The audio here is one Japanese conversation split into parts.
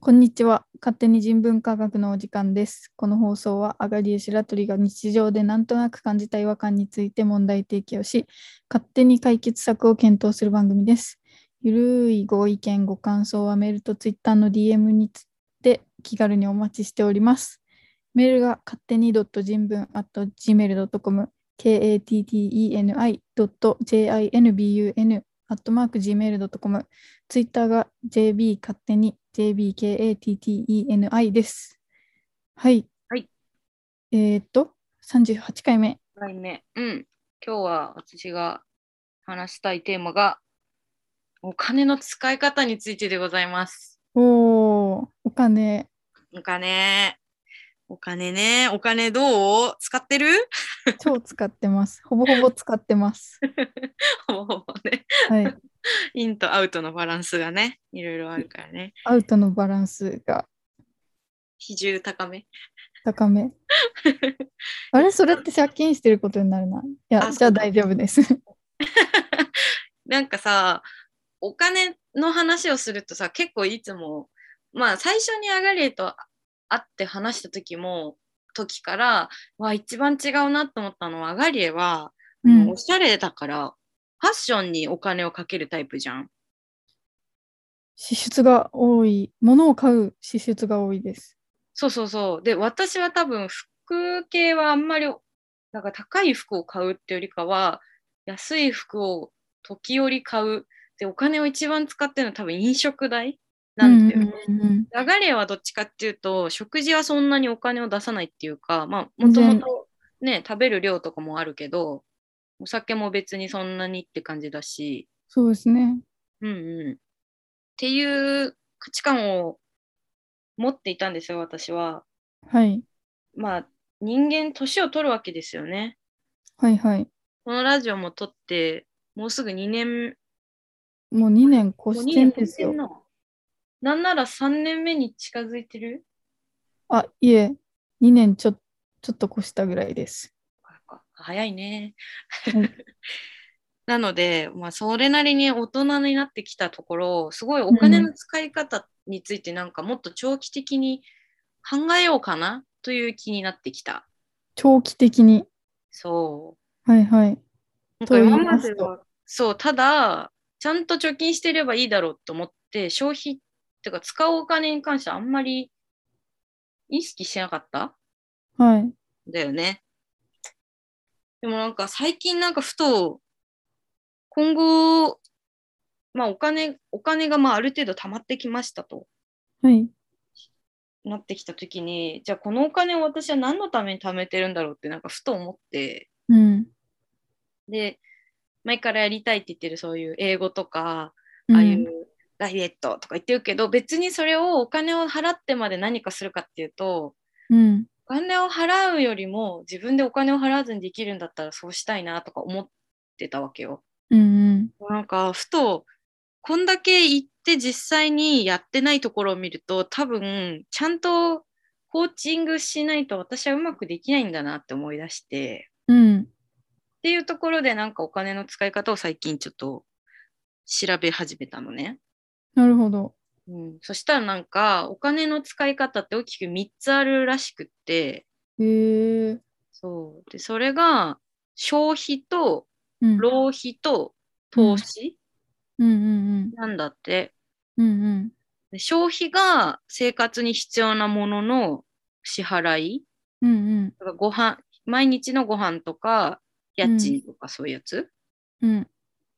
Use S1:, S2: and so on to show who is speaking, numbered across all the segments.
S1: こんにちは。勝手に人文科学のお時間です。この放送はアガリエ・白鳥が日常でなんとなく感じた違和感について問題提起をし、勝手に解決策を検討する番組です。ゆるいご意見、ご感想はメールとツイッターの DM につって気軽にお待ちしております。メールが勝手に人文 .gmail.com、katteni.jinbun gmail.com ツイッターが JB 勝手に JBKATTENI です。はい。
S2: はい
S1: えーっと、38回目。
S2: はいね。うん。今日は私が話したいテーマが、お金の使い方についてでございます。
S1: おー、お 金。
S2: お金。お金ね。お金どう使って る
S1: 超使ってます。ほぼほぼ使ってます。
S2: ほぼほぼね。
S1: はい。
S2: インとアウトのバランスがね、いろいろあるからね。
S1: アウトのバランスが
S2: 比重高 め。
S1: 高め。あれそれって借金してることになるな。いや、
S2: あ
S1: じゃあ大丈夫です。
S2: なんかさ、お金の話をするとさ、結構いつも、まあ最初にアガリエと会って話した時も、時から、わ、一番違うなと思ったのは、アガリエは、
S1: う
S2: もうんお、しゃれだから、ファッションにお金をかけるタイプじゃん。
S1: 支出が多い。物を買う支出が多いです。
S2: そうそうそう。で、私は多分、服系はあんまり、なんか高い服を買うってよりかは、安い服を時折買う。で、お金を一番使ってるのは多分飲食代なんだよね。
S1: うんうんうんうん
S2: 流れはどっちかっていうと、食事はそんなにお金を出さないっていうか、まあ、
S1: 全
S2: もと
S1: 然
S2: もとね、食べる量とかもあるけど、お酒も別にそんなにって感じだし、
S1: そうですね。
S2: うんうん。っていう価値観を持っていたんですよ、私は。
S1: はい。
S2: まあ、人間、年を取るわけですよね。
S1: はいはい。
S2: このラジオも撮って、もうすぐ2年、
S1: もう2年越
S2: もう
S1: し
S2: 二
S1: てん
S2: 年
S1: です
S2: 経っ
S1: よ
S2: てん。のなんなら3年目に近づいてる
S1: あ、いえ、2年ちょちょっと越したぐらいです。
S2: 早いね
S1: うん。
S2: なので、まあ、それなりに大人になってきたところ、すごいお金の使い方についてなんかもっと長期的に考えようかなという気になってきた。
S1: 長期的に。
S2: そう。
S1: はいはい。
S2: なん
S1: と
S2: か
S1: 言い
S2: 今ま
S1: ます
S2: で
S1: と
S2: は、そう、ただ、ちゃんと貯金してればいいだろうと思って、消費っていうか、使うお金に関してあんまり意識してなかった
S1: はい。
S2: んだよね。でもなんか最近なんかふと、今後、まあお金、お金がまあある程度溜まってきましたと
S1: はい。
S2: なってきたときに、じゃあこのお金を私は何のために貯めてるんだろうってなんかふと思って、
S1: うん。
S2: で、前からやりたいって言ってるそういう英語とか、
S1: うん
S2: ああいうダイエットとか言ってるけど、別にそれをお金を払ってまで何かするかっていうと、
S1: うん。
S2: お金を払うよりも自分でお金を払わずにできるんだったらそうしたいなとか思ってたわけよ。
S1: うん。
S2: なんか、ふと、こんだけ行って実際にやってないところを見ると、多分、ちゃんとコーチングしないと私はうまくできないんだなって思い出して。
S1: うん。
S2: っていうところでなんかお金の使い方を最近ちょっと調べ始めたのね。
S1: なるほど。
S2: うん、そしたらなんかお金の使い方って大きく3つあるらしくって
S1: へえ。
S2: そうでそれが消費と
S1: うん。
S2: 浪費と投資
S1: うんうん
S2: なんだって、
S1: うん。うんうん。
S2: で消費が生活に必要なものの支払い
S1: うん
S2: だからご飯毎日のご飯とか家賃とかそういうやつ、
S1: うん。うん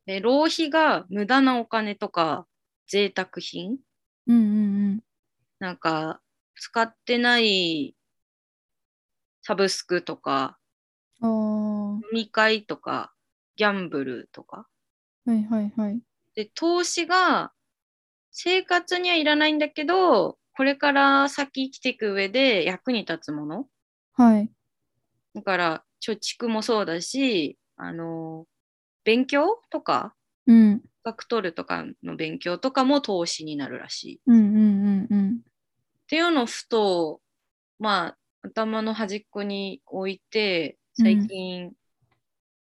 S2: で浪費が無駄なお金とか贅沢品
S1: うんうん
S2: なんか、使ってないサブスクとか、
S1: うん。あ
S2: 飲み会とか、ギャンブルとか。
S1: あ。はいはいはい。
S2: で、投資が、生活にはいらないんだけど、これから先生きていく上で役に立つもの。
S1: はい。
S2: だから、貯蓄もそうだし、あの、勉強とか、
S1: うん。
S2: 資格取るとかの勉強とかも投資になるらしい。
S1: うんうんうんうん。
S2: っていうのをふと、まあ、頭の端っこに置いて、
S1: うん
S2: 最近、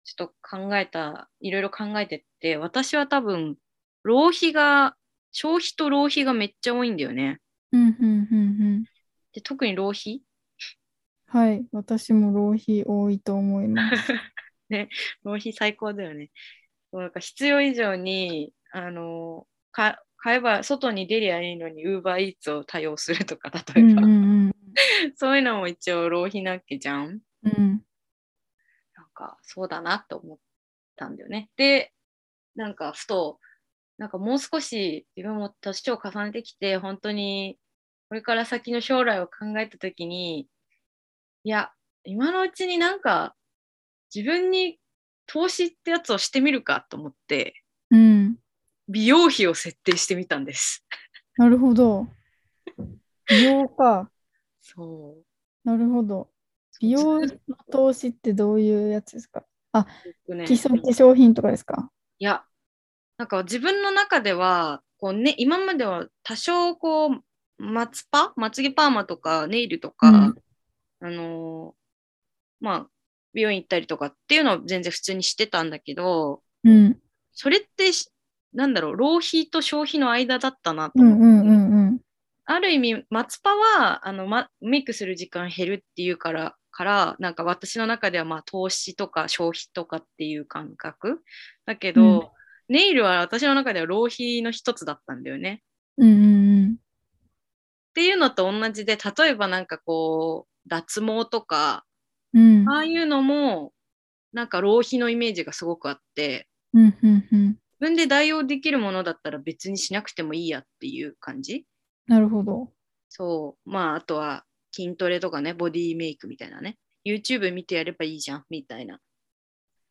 S2: ちょっと考えた、いろいろ考えてって、私は多分、浪費が、消費と浪費がめっちゃ多いんだよね。
S1: うんうんうんうん。
S2: で特に浪費
S1: はい。私も浪費多いと思います。
S2: 浪費最高だよね。もうなんか必要以上にあのか買えば外に出りゃいいのに UberEats を多用するとか
S1: う
S2: 例え
S1: ん
S2: ば、
S1: うんうん。
S2: そういうのも一応浪費なっけじゃん。
S1: うん。
S2: なんかそうだなって思ったんだよね。でなんかふとなんかもう少し自分も年を重ねてきて本当にこれから先の将来を考えた時にいや今のうちになんか自分に投資ってやつをしてみるかと思って
S1: うん。
S2: 美容費を設定してみたんです。
S1: なるほど。美容か。
S2: そう
S1: なるほど。美容 の投資ってどういうやつですか
S2: 僕ね
S1: 基礎化粧品とかですか
S2: いや、なんか自分の中では、こうね、今までは多少こう、まつパまつげパーマとかネイルとか、あのーまあ、美容院行ったりとかっていうのは全然普通にしてたんだけど、
S1: うん。
S2: それってし、なんだろう、浪費と消費の間だったなと
S1: う
S2: 思っ
S1: ん
S2: て。
S1: うんうんうん。
S2: ある意味、松葉はあの、ま、メイクする時間減るっていうから、からなんか私の中では、まあ、投資とか消費とかっていう感覚だけど、
S1: うん
S2: ネイルは私の中では浪費の一つだったんだよね。
S1: うんうん
S2: っていうのと同じで例えばなんかこう脱毛とか
S1: うん。うん。
S2: ああいうのもなんか浪費のイメージがすごくあって
S1: うんうんうん。
S2: 自分で代用できるものだったら別にしなくてもいいやっていう感じ
S1: なるほど。
S2: そう。まあ、あとは筋トレとかね、ボディメイクみたいなね。YouTube 見てやればいいじゃん、みたいな。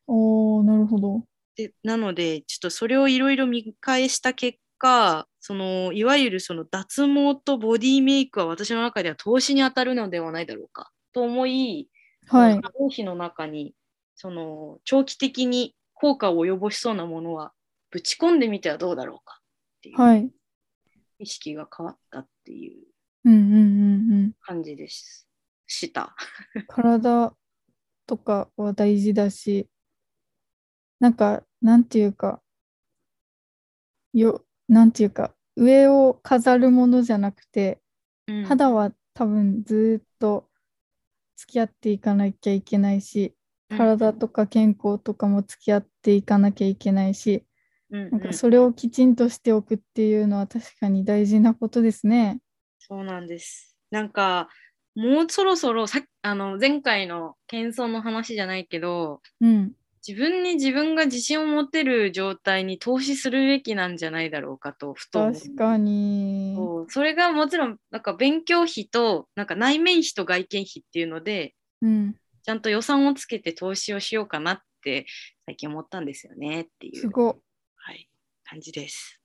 S1: おー、なるほど。
S2: でなので、ちょっとそれをいろいろ見返した結果、そのいわゆるその脱毛とボディメイクは私の中では投資に当たるのではないだろうかと思い、
S1: はい。
S2: 浪費の中にその長期的に効果を及ぼしそうなものはぶち込んでみてはどうだろうかっていう
S1: はい。
S2: 意識が変わったっていう
S1: うんうんうん
S2: 感じですした。
S1: うん。体とかは大事だし、なんか、なんていうか、よ、なんていうか、上を飾るものじゃなくて、
S2: うん
S1: 肌は多分ずっと付き合っていかなきゃいけないし、体とか健康とかも付き合っていかなきゃいけないし、
S2: うん
S1: なん
S2: う
S1: か
S2: ん
S1: それをきちんとしておくっていうのは確かに大事なことですね。
S2: そうなんです。なんかもうそろそろさっあの前回の謙遜の話じゃないけど
S1: うん。
S2: 自分に自分が自信を持てる状態に投資するべきなんじゃないだろうかとふと思う
S1: 確かに。
S2: そうそれがもちろんなんか勉強費となんか内面費と外見費っていうので
S1: うん。
S2: ちゃんと予算をつけて投資をしようかなって最近思ったんですよねってい
S1: す
S2: う、
S1: ご
S2: はい、感じです。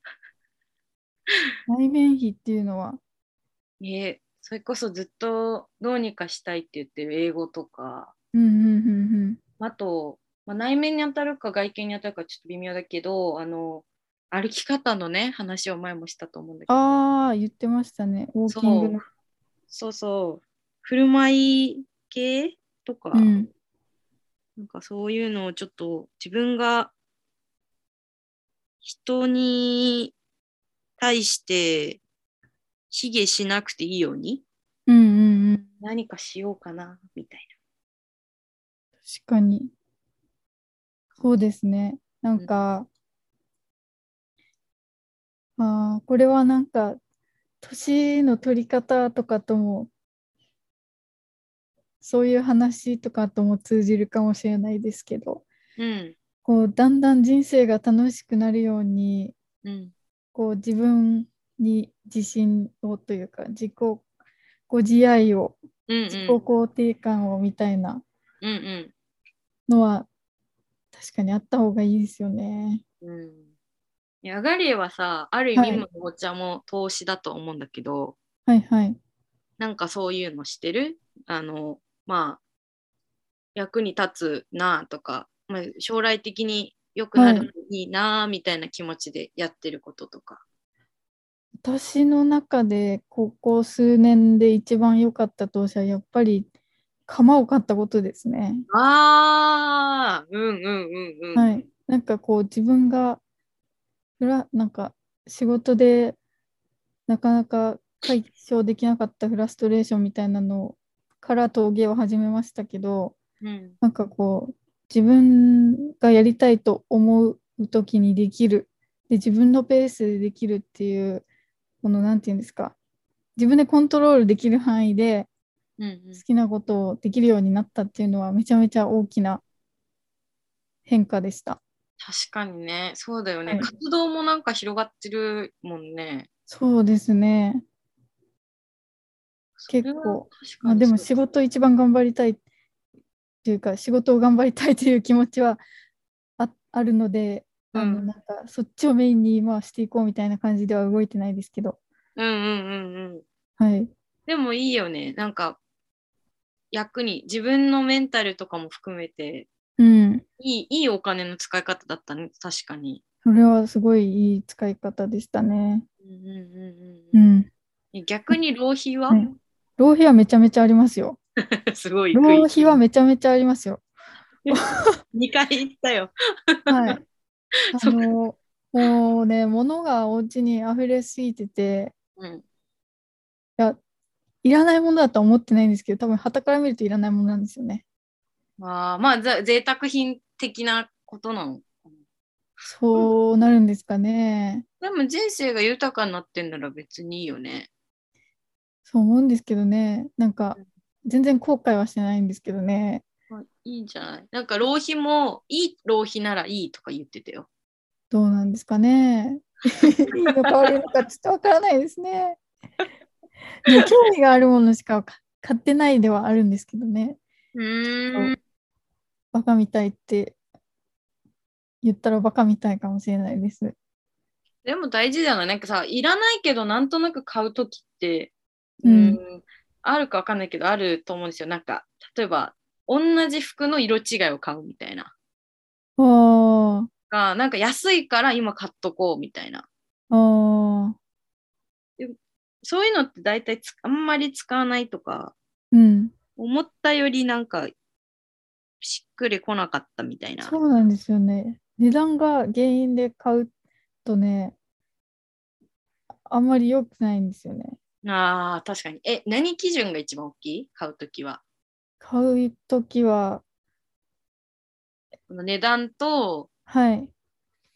S1: い。内面比っていうのは。
S2: ええそれこそずっとどうにかしたいって言ってる英語とか
S1: うんうんうん
S2: あと、まあ、内面に当たるか外見に当たるかちょっと微妙だけど、あの、歩き方のね、話を前もしたと思うん
S1: うん。
S2: だけど、
S1: ああ、言ってましたね。ウォーキングの。
S2: そうそう、振る舞い系とか、
S1: うん。
S2: なんかそういうのをちょっと自分が人に対して卑下しなくていいように
S1: うんうんうん。
S2: 何かしようかな、みたい
S1: 確かに。そうですね。なんか、ああ、これはなんか、年の取り方とかとも、そういう話とかとも通じるかもしれないですけど、
S2: な。うん。
S1: こう、だんだん人生が楽しくなるように、
S2: うん。
S1: こう自分に自信をというか自己こう自愛を
S2: うんうん。
S1: 自己肯定感をみたいな
S2: うんうん。
S1: のは確かにあった方がいいですよね。
S2: うんいやアガリエはさある意味
S1: はい
S2: 今のお茶も投資だと思うんだけど、
S1: はいはい。
S2: なんかそういうのしてるあのまあ役に立つなとか、まあ、将来的に良くなるのにいいなみたいな気持ちでやってることとか、
S1: 私の中でここ数年で一番良かった投資はやっぱり釜を買ったことですね。
S2: ああうんうんうんうん、
S1: はい、なんかこう自分がフラなんか仕事でなかなか解消できなかったフラストレーションみたいなのから陶芸を始めましたけど
S2: うん
S1: なんかこう自分がやりたいと思う時にできるで自分のペースでできるっていうこの何て言うんですか自分でコントロールできる範囲で
S2: うん
S1: 好きなことをできるようになったっていうのはめちゃめちゃ大きな変化でした。
S2: 確かにねそうだよね、
S1: はい
S2: 活動もなんか広がってるもんね
S1: そうですね。
S2: それは
S1: 結構
S2: 確か
S1: まあ、
S2: に
S1: でも
S2: そ
S1: 仕
S2: う
S1: 事一番頑張りたいっていうか仕事を頑張りたいという気持ちはああるので、あの
S2: うん
S1: なんかそっちをメインに今はしていこうみたいな感じでは動いてないですけど、
S2: うんうんうんうん
S1: はい、
S2: でもいいよねなんか役に自分のメンタルとかも含めて
S1: うん、
S2: いいいいお金の使い方だったね確かに、
S1: それはすごいいい使い方でしたね。
S2: うんうんうん
S1: う
S2: うん
S1: ん、
S2: え逆に浪費は、
S1: はい浪費はめちゃめちゃありますよ。
S2: すごい食い
S1: 浪費はめちゃめちゃありますよ。
S2: 2回行ったよ
S1: はい。あ
S2: そうか
S1: のもうね物がお家に溢れすぎてて
S2: うん
S1: いやいらないものだとは思ってないんですけど多分傍から見るといらないものなんですよね。
S2: まあまあざ贅沢品的なことなの
S1: そうなるんですかね。
S2: でも人生が豊かになってんなら別にいいよね。
S1: そう思うんですけどね。なんか全然後悔はしてないんですけどね。
S2: いいじゃない。なんか浪費もいい浪費ならいいとか言ってたよ。
S1: どうなんですか ね。いいのか悪いのかちょっとわからないですね。でも興味があるものしか買買ってないではあるんですけどね。
S2: うーん。
S1: バカみたいって言ったらバカみたいかもしれないです。
S2: でも大事じゃない。なんかさ、いらないけどなんとなく買うときって、
S1: うん
S2: んあるかわかんないけどあると思うんですよ。なんか、例えば、同じ服の色違いを買うみたいな。
S1: あ
S2: が、なんか安いから今買っとこうみたいな。
S1: あ、ああ、
S2: そういうのって大体つあんまり使わないとか、
S1: うん。
S2: 思ったよりなんか、しっくりこなかったみたいな。
S1: そうなんですよね。値段が原因で買うとね、あんまり良くないんですよね。
S2: ああ、確かに。え、何基準が一番大きい買うときは。
S1: 買うときは、
S2: この値段と、
S1: はい。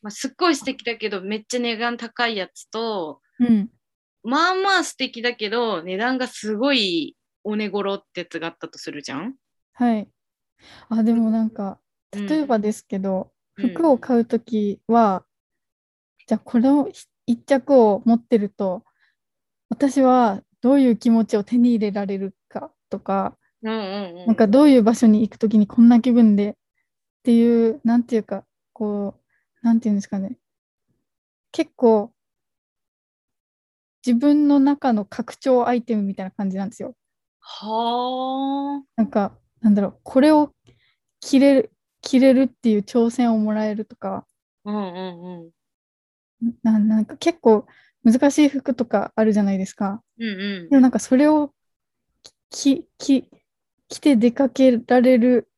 S2: まあ、すっごい素敵だけど、めっちゃ値段高いやつと、
S1: うん。
S2: まあまあ素敵だけど、値段がすごいお値頃ってやつがあったとするじゃん
S1: はい。あ、でもなんか、
S2: うん
S1: 例えばですけど、
S2: うん
S1: 服を買うときは、じゃあこの一着を持ってると、私はどういう気持ちを手に入れられるかとか、
S2: うんうんうん。
S1: なんかどういう場所に行くときにこんな気分でっていう、なんていうか、こう、なんていうんですかね。結構、自分の中の拡張アイテムみたいな感じなんですよ。
S2: はあ。
S1: なんか、なんだろう、これを着れる、着れるっていう挑戦をもらえるとか、
S2: うんうんうん。
S1: ななんか結構難しい服とかあるじゃないですか。
S2: うん
S1: でもなんかそれをききき着て出かけられる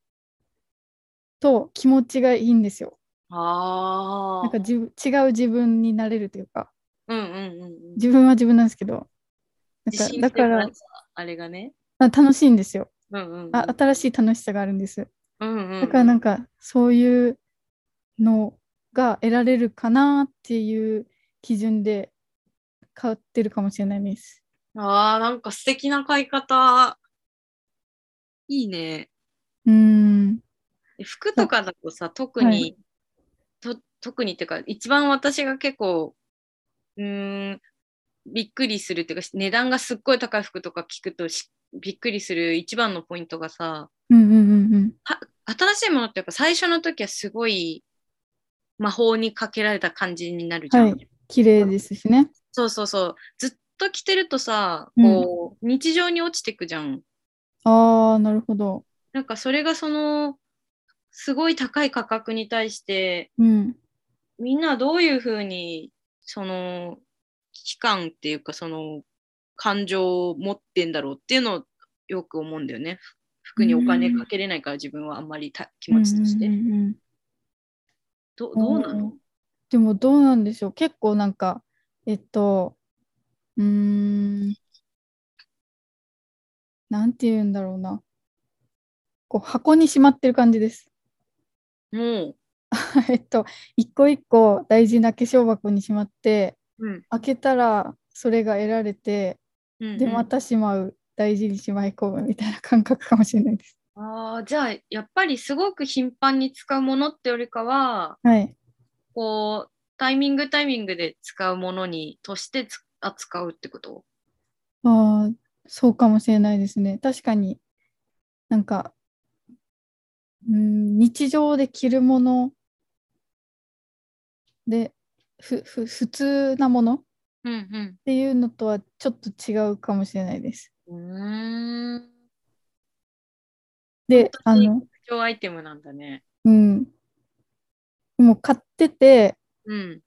S1: と気持ちがいいんですよ。
S2: うん。はあ。
S1: なんか自分違う自分になれるというか
S2: うんうんうんうん。
S1: 自分は自分なんですけど
S2: 自
S1: なんか
S2: 信
S1: だ
S2: って
S1: か
S2: な
S1: ら
S2: んあれがね。
S1: あ楽しいんですよ
S2: うんうんうん。
S1: あ新しい楽しさがあるんです
S2: うんうん。
S1: だからなんかそういうのが得られるかなっていう基準で買ってるかもしれないです
S2: ああ、なんか素敵な買い方。いいね。
S1: うーん
S2: で服とかだとさ、特に、
S1: はい
S2: と特にっていうか、一番私が結構、うーん、びっくりするっていうか、値段がすっごい高い服とか聞くとしびっくりする一番のポイントがさ、
S1: うんうんうんうん
S2: 新しいものってやっぱ最初の時はすごい魔法にかけられた感じになるじゃん。
S1: はい綺麗ですしね
S2: そうそうそう。ずっと着てるとさ、
S1: うん
S2: こう、日常に落ちてくじゃん。
S1: ああなるほど
S2: なんかそれがそのすごい高い価格に対して
S1: うん
S2: みんなどういうふうにその期間っていうかその感情を持ってんだろうっていうのをよく思うんだよね。服にお金かけれないから自分はあんまりた気持ちとして。
S1: うんうんうんうん
S2: どどうなの
S1: でもどうなんでしょう結構なんかえっとううーん。なんて言うんだろうな。こう箱にしまってる感じです。
S2: も
S1: えっと、一個一個大事な化粧箱にしまって、
S2: う、うん
S1: 開けたらそれが得られて、
S2: うんうん
S1: で、またしまう、大事にしまい込むみたいな感覚かもしれないです。
S2: あーじゃあやっぱりすごく頻繁に使うものってよりかは
S1: はい。
S2: こうタイミングタイミングで使うものにとしてつ扱うってこと
S1: ああ、そうかもしれないですね。確かになんか、うん、日常で着るもので、ふ、ふ、普通なものっ
S2: うん
S1: ていうのとはちょっと違うかもしれないです。
S2: うん。うーん。
S1: で、あ
S2: 本当に
S1: の、
S2: 貴重アイテムなんだね。
S1: うん。もう買ってて、
S2: うん。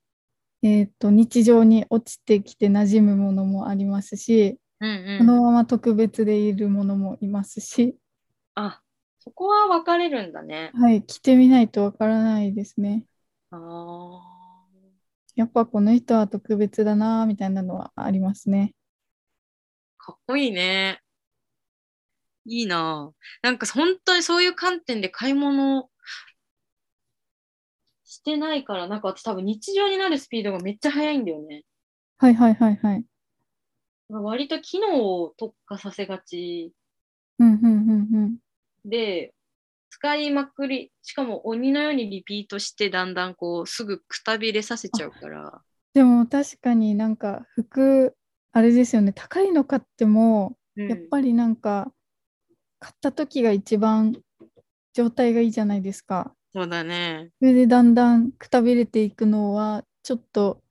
S1: えっと、日常に落ちてきて馴染むものもありますし、
S2: うん
S1: こ
S2: うん。
S1: のまま特別でいるものもいますし、
S2: あそこは分かれるんだね。
S1: はい、着てみないとわからないですね。
S2: ああ。
S1: やっぱこの人は特別だなみたいなのはありますね。
S2: かっこいいね。いいなぁ。なんか本当にそういう観点で買い物してないから、なんか私多分日常になるスピードがめっちゃ速いんだよね。
S1: はいはいはいはい。
S2: 割と機能を特化させがち
S1: うんうんうんうん。
S2: で、使いまくり、しかも鬼のようにリピートしてだんだんこうすぐくたびれさせちゃうから。
S1: でも確かになんか服、あれですよね、高いの買っても、
S2: うん
S1: やっぱりなんか、買った時が一番状態がいいじゃないですか。
S2: そうだね。
S1: それでだんだんくたびれていくのは、ちょっと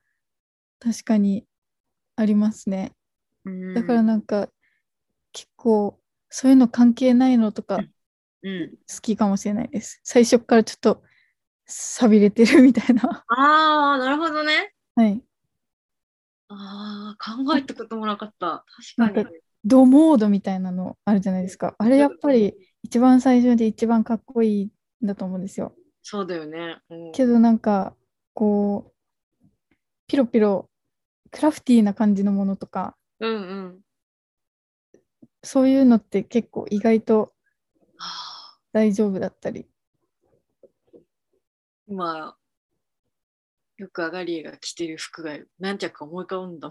S1: 確かにありますね。だからなんか、結構、そういうの関係ないのとか
S2: うん、うん。
S1: 好きかもしれないです。最初からちょっと寂れてるみたいな。
S2: ああ、なるほどね。
S1: はい。
S2: ああ、考えたこともなかった。確か
S1: なん
S2: に
S1: か。ドモードみたいなのあるじゃないですか。あれやっぱり一番最初で一番かっこいいんだと思うんですよ。
S2: そうだよね。うん
S1: けどなんかこうピロピロクラフティーな感じのものとか
S2: うんうん。
S1: そういうのって結構意外と
S2: はあ
S1: 大丈夫だったり。
S2: 今、よくアガリエが着てる服が何着か思い浮かぶんだ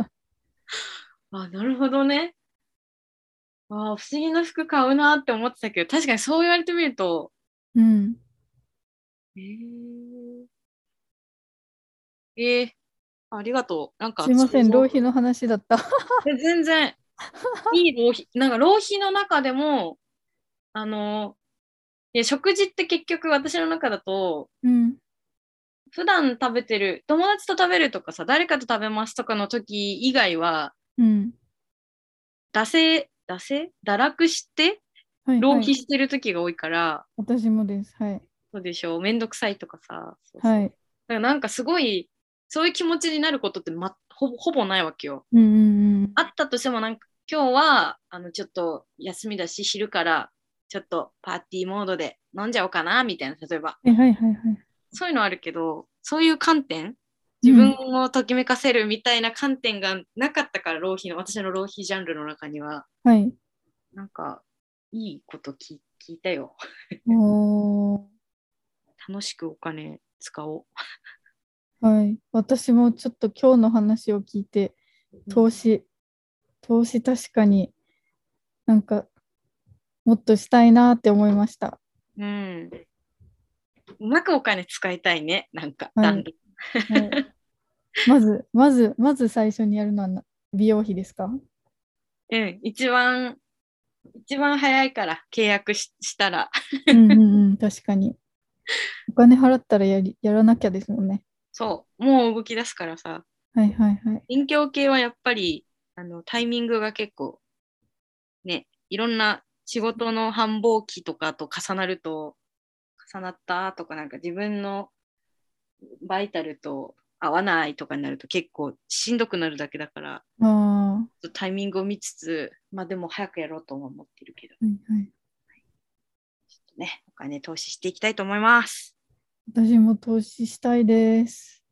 S2: もん。あ、なるほどね。あー不思議な服買うなって思ってたけど、確かにそう言われてみると、
S1: うん。
S2: えー、えーありがとう。なんか、
S1: すいません、浪
S2: そう
S1: 費の話だった。
S2: え全然いい浪費なんか浪費の中でもあのいや食事って結局私の中だと
S1: うん。
S2: 普段食べてる友達と食べるとかさ誰かと食べますとかの時以外は
S1: うん。
S2: 惰性惰性堕落して
S1: はい、はい。
S2: 浪費してる時が多いから、
S1: 私もです。はい。
S2: そうでしょうめんどくさいとかさそうそう
S1: は
S2: だ
S1: い。
S2: からなんかすごいそういう気持ちになることって、ま、ほぼほぼないわけよ。
S1: うんうんうん。
S2: あったとしてもなんか今日はあのちょっと休みだし昼からちょっとパーティーモードで飲んじゃおうかなみたいな例えば
S1: はいはいはいはい。
S2: そういうのあるけどそういう観点自分をときめかせるみたいな観点がなかったから浪費の私の浪費ジャンルの中には
S1: はい。
S2: なんかいいこと聞聞いたよ
S1: おー
S2: 楽しくお金使おう
S1: はい。私もちょっと今日の話を聞いて、投資、投資確かになんかもっとしたいなって思いました。
S2: うんうまくお金使いたいねなんか、
S1: はい
S2: 段々
S1: はい、まず、まず、まず最初にやるのはな美容費ですか
S2: うん一番一番早いから契約ししたら
S1: うんうんうん、確かに。お金払ったらやりやらなきゃですもんね。
S2: そう、もう動き出すからさ、
S1: はいはいはい。
S2: 勉強系はやっぱりあのタイミングが結構、ね、いろんな仕事の繁忙期とかと重なると、重なったとか、なんか自分のバイタルと合わないとかになると結構しんどくなるだけだから、
S1: ああ、
S2: ちょっとタイミングを見つつ、まあでも早くやろうとも思ってるけど、
S1: はいはい。
S2: ちょっとね、お金投資していきたいと思います。
S1: 私も投資したいです。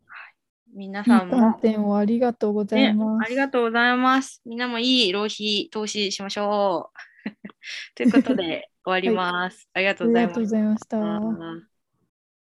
S2: 皆
S1: いい
S2: さんも
S1: 観、点をありがとうござい
S2: ね
S1: ま、
S2: あ
S1: す。
S2: りがとうございます。みんなもいい浪費投資しまし ょう。ということで終わります。ありがと
S1: あ
S2: う
S1: り
S2: ござい
S1: が
S2: ま
S1: とうございました。
S2: した。